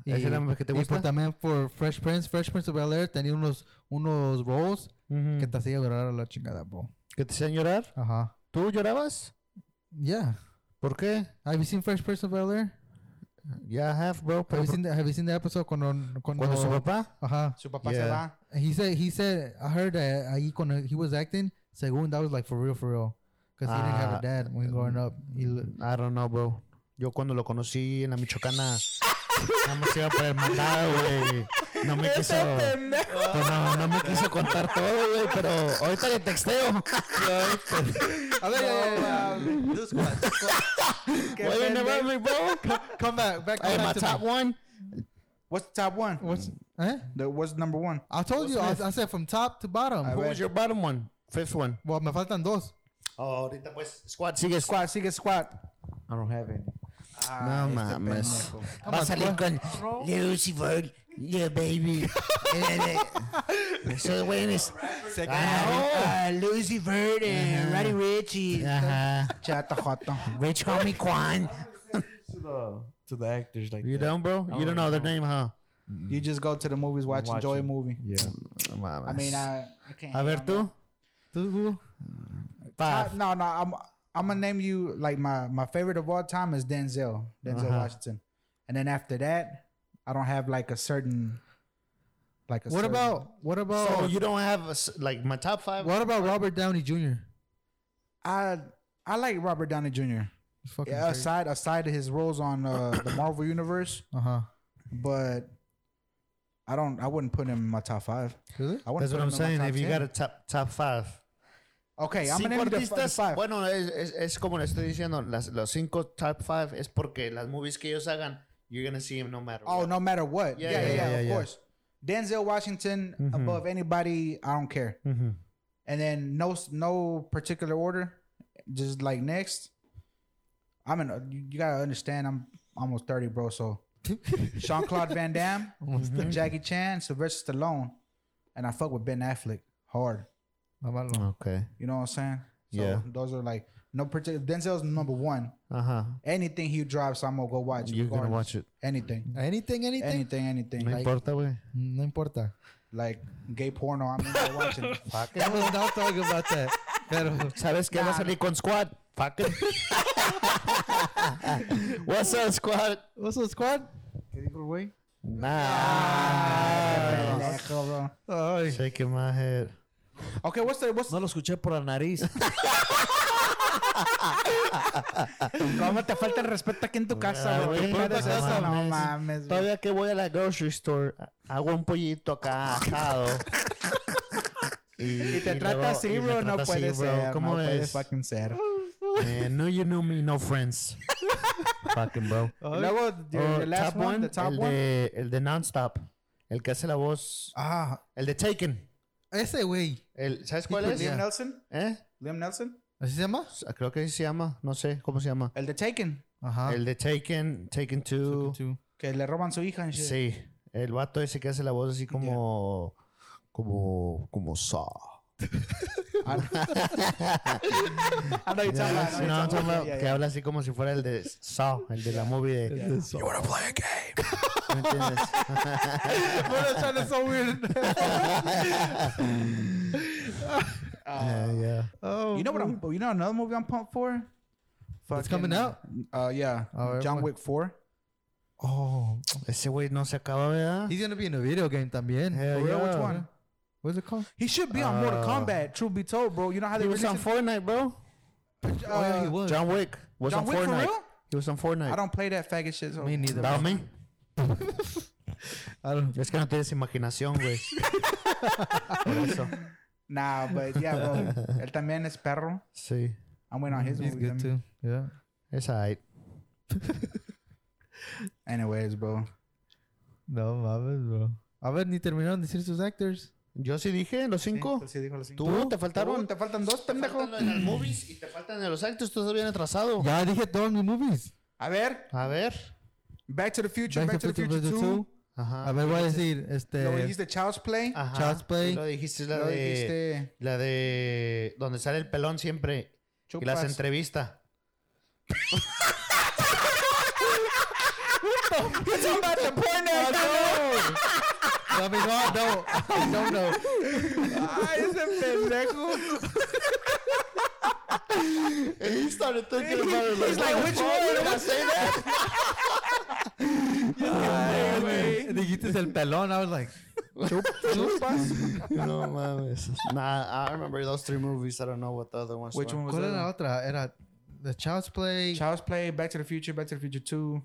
Y, ¿Ese era el que te y gusta? por- también por Fresh Prince. Fresh Prince of Bel-Air tenía unos, unos roles que Mm. te hacía llorar a la chingada, bro. ¿Que te hacían llorar? Ajá. ¿Tú llorabas? Yeah. ¿Por qué? Have you seen Fresh Prince of Bel-Air? Yeah, I have, bro. Have, Pero you seen the- have you seen the episode cuando... cuando, Ah, cuando su papá. Ajá. Su papá se Yeah. va. He said, he said, I heard that ahí cuando he was acting, según that was like for real, for real. Because he didn't have Ah. a dad when growing up. He, lo- I don't know, bro. Yo cuando lo conocí en la Michoacana, nada más iba para el mandado, güey. No me quiso. Pues no, no me quiso contar todo, güey, pero ahorita le texteo. A ver, eh, Why you never me, bro? come back, back, Hey, come back my to top me. one. What's the top one? What's, eh? The, what's number one? I told you, I, I said from top to bottom. A Who ver. was your bottom one? Fifth one. Well, me faltan dos. Oh, ahorita pues, squad, sigue squad. Squat, sigue squat. I don't have any. No mames. Va a salir con Lucifer, yeah, baby. Eso, güey, es. Ah, Lucifer, and Roddy Richie. Ajá. Chata joto. Rich homie Quan. To the, to the actors like You that. don't, bro? You don't know their Oh, name, huh? You just go to the movies, watch, Watch enjoy a it. movie. Yeah. I mean, I, I can't. a ver tú. ¿Tú, Hugo? Top- Five. no, no. I'm I'm gonna name you like my my favorite of all time is Denzel, Denzel Uh-huh. Washington, and then after that, I don't have like a certain, like a. What certain- about what about So you don't have a s like my top five. what about Robert Downey Jr.? I I like Robert Downey Jr. Fucking Yeah, aside aside of his roles on uh, the Marvel Universe, Uh huh. but I don't. I wouldn't put him in my top five. Really? I wouldn't put That's what him I'm in my saying. top If you 10. got a top top five. okay, I'm gonna Cinco name the, fi- the artistas, five. Bueno, es, es, es como le estoy diciendo, las, los cinco top five es porque las movies que ellos hagan, you're gonna see them no matter. Oh, what. no matter what. Yeah, Yeah, yeah, yeah, yeah, yeah, of yeah. Mm-hmm. course. Denzel Washington above anybody. I don't care. And then no no particular order, just like next. I'm in. a- You you gotta understand. I'm almost thirty, bro. So Sean Claude Van Damme, Jackie Chan, Sylvester Stallone, and I fuck with Ben Affleck hard. I'm out of line. Okay. You know what I'm saying? So Yeah. Those are like no particular. Denzel's number one. Ajá. Anything he drops, I'm gonna go watch. You're gonna regardless. watch it. Anything, Anything, anything. Mm, anything, anything. No Like, importa, güey. No importa. like gay porno. I'm in there watching. Fuck. I was not talking about that. Pero, ¿Sabes qué? Va a salir con Squad. Fuck it. What's up, Squad? what's up, squad? Ah, Nah. Pendejo, bro. Ay. Shaking my head. Okay, what's the what's No lo escuché por la nariz. cómo te falta el respeto aquí en tu casa, Ah, güey? güey, En tu puta casa, casa, no mames. mames. güey. Todavía que voy a la grocery store, hago un pollito acá asado. Y te trata luego- y así, me bro. No trata así, puede bro. ser. ¿Cómo no puede es? fucking ser. Eh, no, you know me, no friends. Fucking bro. Y luego, the, the Oh, last one, the top el, one. De, el de Nonstop. El que hace la voz. Ah, El de Taken. ese güey. El, ¿Sabes cuál Liam es? Yeah. Nelson? ¿Eh? Liam Nelson? ¿Así se llama? Creo que así se llama. No sé cómo se llama. El de Taken. Ajá. El de Taken, Taken 2. Two. Que le roban su hija. and shit. Sí. El vato ese que hace la voz así como. Como. Como Saw. I know you're talking about. I know you're talking No, no, about- no, yeah, que yeah. habla así como si fuera el de Saw, el de la movie de. You wanna play a game? ¿Me entiendes? Ah. Yeah, yeah. Oh. You know what I'm? You know another movie I'm pumped for? It's coming Fucking, out. Uh, yeah, Oh, John everyone. Wick Four. Oh. Ese güey no se acaba, ¿verdad? He's gonna be in a video game también. Hell For real, yeah. which one? What's it called? He should be on Mortal Uh, Kombat. Truth be told, bro, you know how they He was released on him? Fortnite, bro. oh yeah, he was. John Wick was John on Wick for Fortnite. real? He was on Fortnite. I don't play that faggot shit. So. Me neither. About me? I don't. Es que no tienes imaginación, güey. Por eso. Nah, but yeah, bro. El también es perro. Sí. I went on his He's movie. good too. Yeah. Es ahí. Anyways, bro. No mames, bro. A ver, ni terminaron de decir sus actors. Yo sí dije los cinco. Tú, te faltaron. te faltan dos, Te pues, pendejo. faltan los de las movies y te faltan de los actos. Tú estás bien atrasado. Ya dije todos mis movies. A ver, A ver. Back to the Future, Back, to, the Future 2. Ajá. A ver, voy a decir, Lo este. dijiste Child's Play. Ajá. eh. Child's Play. Lo dijiste la Lo de. dijiste La de. Donde sale el pelón siempre. Y las Chupas. entrevista. I mean, no, no, I don't know. Ay, ese pendejo. He started thinking about it. He's like, which one? I say that? Ay, güey. Dijiste el pelón. I was like, no mames. Nah, I remember those three movies. I don't know what the other ones Which were. one was ¿cuál era la that? otra? Era The Child's Play. Child's Play, Back to the Future, Back to the Future 2.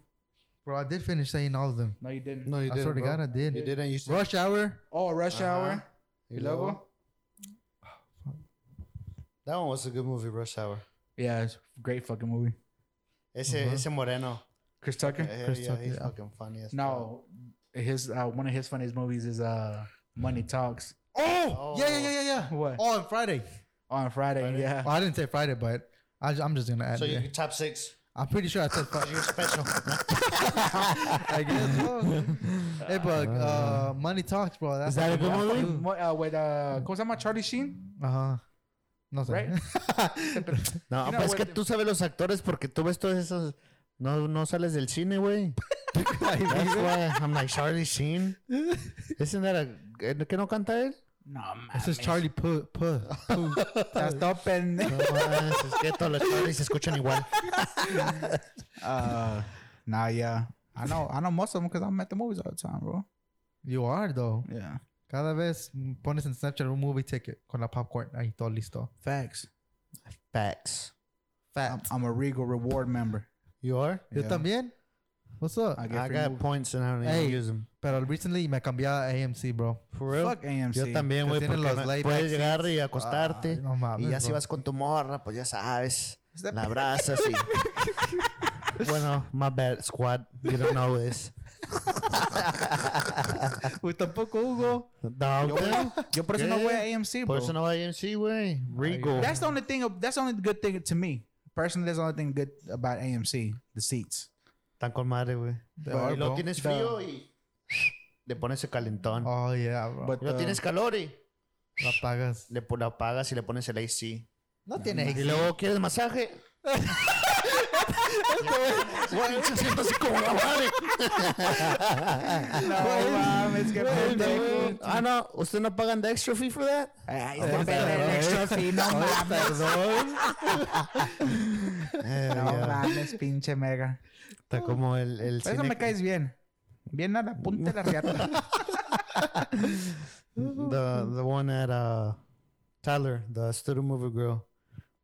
Bro, I did finish saying all of them. No, you didn't. No, you I didn't. swear to bro. God, I did. You didn't. You said- Rush Hour. Oh, Rush Hour. You You know? luego? That one was a good movie, Rush Hour. Yeah, it's a great fucking movie. Ese, ese moreno. Chris Tucker. Eh, Chris yeah, Tucker, he's yeah. fucking funny as fuck. No, his uh, one of his funniest movies is uh, Money Talks. Oh, yeah, yeah, Oh. yeah, yeah, yeah. What? Oh, on Friday. On Friday, yeah. Well, I didn't say Friday, but I, am just gonna add. So you it. top six. I'm pretty sure I said Friday. You're special. I guess. so. hey, but uh, money talks, bro. That's Is that a good movie? Mo- uh, with uh, ¿cómo se llama? Charlie Sheen, Uh huh. No sé. right? No, You know pues es what que the- tú sabes los actores porque tú ves todos esos. No, no sales del cine, güey. That's why I'm like Charlie Sheen. Isn't that a. eh, ¿Qué no canta él? no This Ah, is Charlie Puth. Puth. mames. No, mames, es que todos los Charlie se escuchan igual. Uh, nah, yeah. I know, I know most of them because I'm at the movies all the time, bro. You are though. Yeah. Cada vez pones en Snapchat un movie ticket con la popcorn ahí todo listo. Facts. Facts. I'm, I'm a Regal Reward member. You are? Yo Yeah. también. What's up? I get I free got movies. points and I don't Hey. even use them. Pero recently me cambié a AMC, bro. For real? Fuck AMC. Yo también, Que güey, tienen porque los no- layback puedes llegar y acostarte. Ay, no mames, y ya si bro. vas con tu morra, pues ya sabes. La abrazas y... bueno, my bad, squad. You don't know this. Uy, tampoco Hugo. No, güey. Yo por eso no ¿Qué? voy a AMC, bro. Por eso no va a AMC, güey. Regal. That's the only thing. That's the only good thing to me personally. That's the only thing good about AMC. The seats. Tan con madre, güey. are, Y lo bro. tienes They frío y... Le pones el calentón. Oh, yeah, bro. But Y lo uh, tienes calor y... La pagas. Le pon- lo apagas y le pones el AC. No tiene Y luego quieres masaje. Güey, se siente así como la madre. no um, mames, qué pendejo. Ah, no, ¿usted no pagan the extra fee for that? Ay, este pendejo, el extra fee, no mames. Eh, No mames, pinche mega. Está como el, el Por eso cine- me caes bien. Bien a la punta de la riata. The, the one at uh, Tyler, the student movie girl.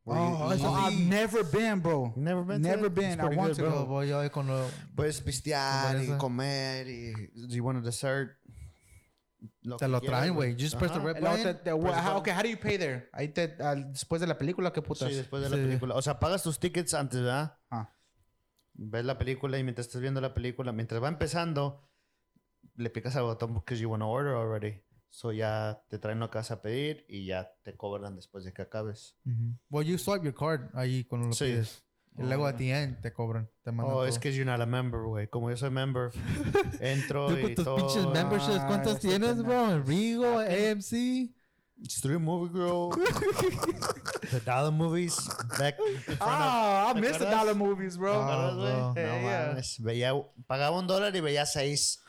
Where you- Oh, I've never been, bro. You never been to Never it? It's been. I pretty want to good, bro. Yo go. voy hoy con lo... Puedes pistear Como y esa. comer y... Do you want a dessert? Te lo traen, güey. You just press the Ajá. red El otro button. te- te- how- okay, how do you pay there? Ahí te, al- después de la película, ¿qué putas? Sí, después de la Sí. película. O sea, pagas tus tickets antes, ¿verdad? Ah. Ves la película y mientras estás viendo la película, mientras va empezando, le picas al botón because you want to order already. So ya te traen lo que vas a pedir y ya te cobran después de que acabes. Ujú. Well, you swipe your card ahí con lo Sí. pides. Y luego at the end te cobran. Te mandan Oh, es todo. que you're not a member, güey. Como yo soy member, entro Tú y con tus pinches todo. memberships, Ah, ¿cuántas este tienes, pendejo. bro? Rigo, AMC. It's three movie girl. the dollar movies. Back in front of- Ah, I missed the acuerdas? dollar movies, bro. Ah, ¿Verdad, güey? bro. No Eh, yeah. mames. Veía, pagaba un dólar y veía seis.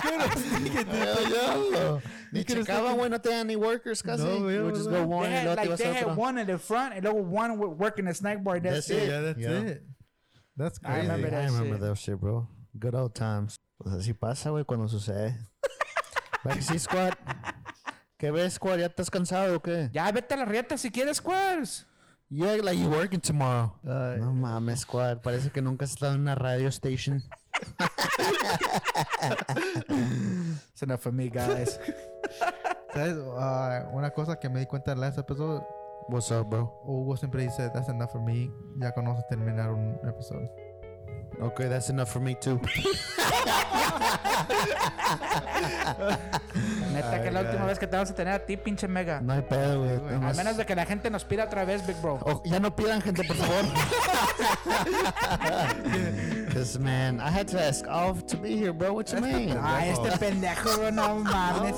Ay, diablo. Ni checaba, güey, no tenía ni workers casi. No, güey, You would just go ¿verdad? one They y had, luego te like, ibas a they had otro. one in the front and there was one wo- working the snack bar. That's, That's it. it. Yeah, that's Yeah. it. That's I crazy. remember that I remember shit. that shit, bro. Good old times. Pues así pasa, güey, cuando sucede. Backseat Squad. ¿Qué ves, Squad? ¿Ya estás cansado o qué? Ya vete a la rieta si quieres, Squares. Yeah, like you working tomorrow. Ay. No mames, Squad. Parece que nunca has estado en una radio station. That's enough for me, guys. ¿Sabes? Ah, una cosa que me di cuenta en last episode, What's up, bro? Hugo siempre dice, that's enough for me. Ya conoce terminar un episodio. Okay, that's enough for me too. Neta, que es la última vez que te vamos a tener a ti, pinche mega. No hay pedo, güey. A Nomás- menos de que la gente nos pida otra vez, Big Bro. Oh, ya no pidan gente, por favor. This man, I had to ask off to be here, bro. What you mean? Ay, Ah, este pendejo, bro, no mames.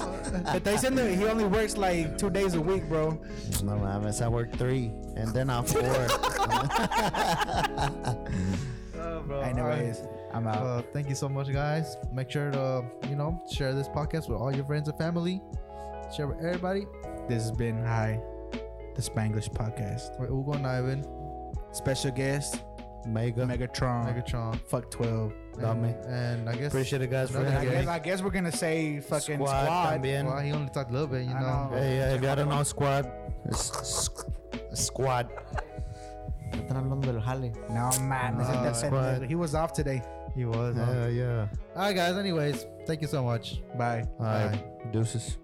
Te está diciendo que he only works like two days a week, bro. No mames, I work three and then I four. Anyways, I'm out. Uh, thank you so much, guys. Make sure to, you know, share this podcast with all your friends and family. Share with everybody. Oh. This has been Hi, the Spanglish Podcast. With Hugo and Ivan, Special guest, Mega. Megatron. Megatron. Fuck 12. Dame. And, and I guess... Appreciate it, guys, for Another I Okay. guess, having me. I guess we're gonna say fucking Squad squad. también. Well, he only talked a little bit, you I know. know. Hey, uh, if y'all don't know squad, it's s- squad. Están hablando del jale. No man, Uh, that's Ah, squad. He was off today. He was. huh? Uh, yeah. All right, guys. Anyways, thank you so much. Bye. All right. Deuces.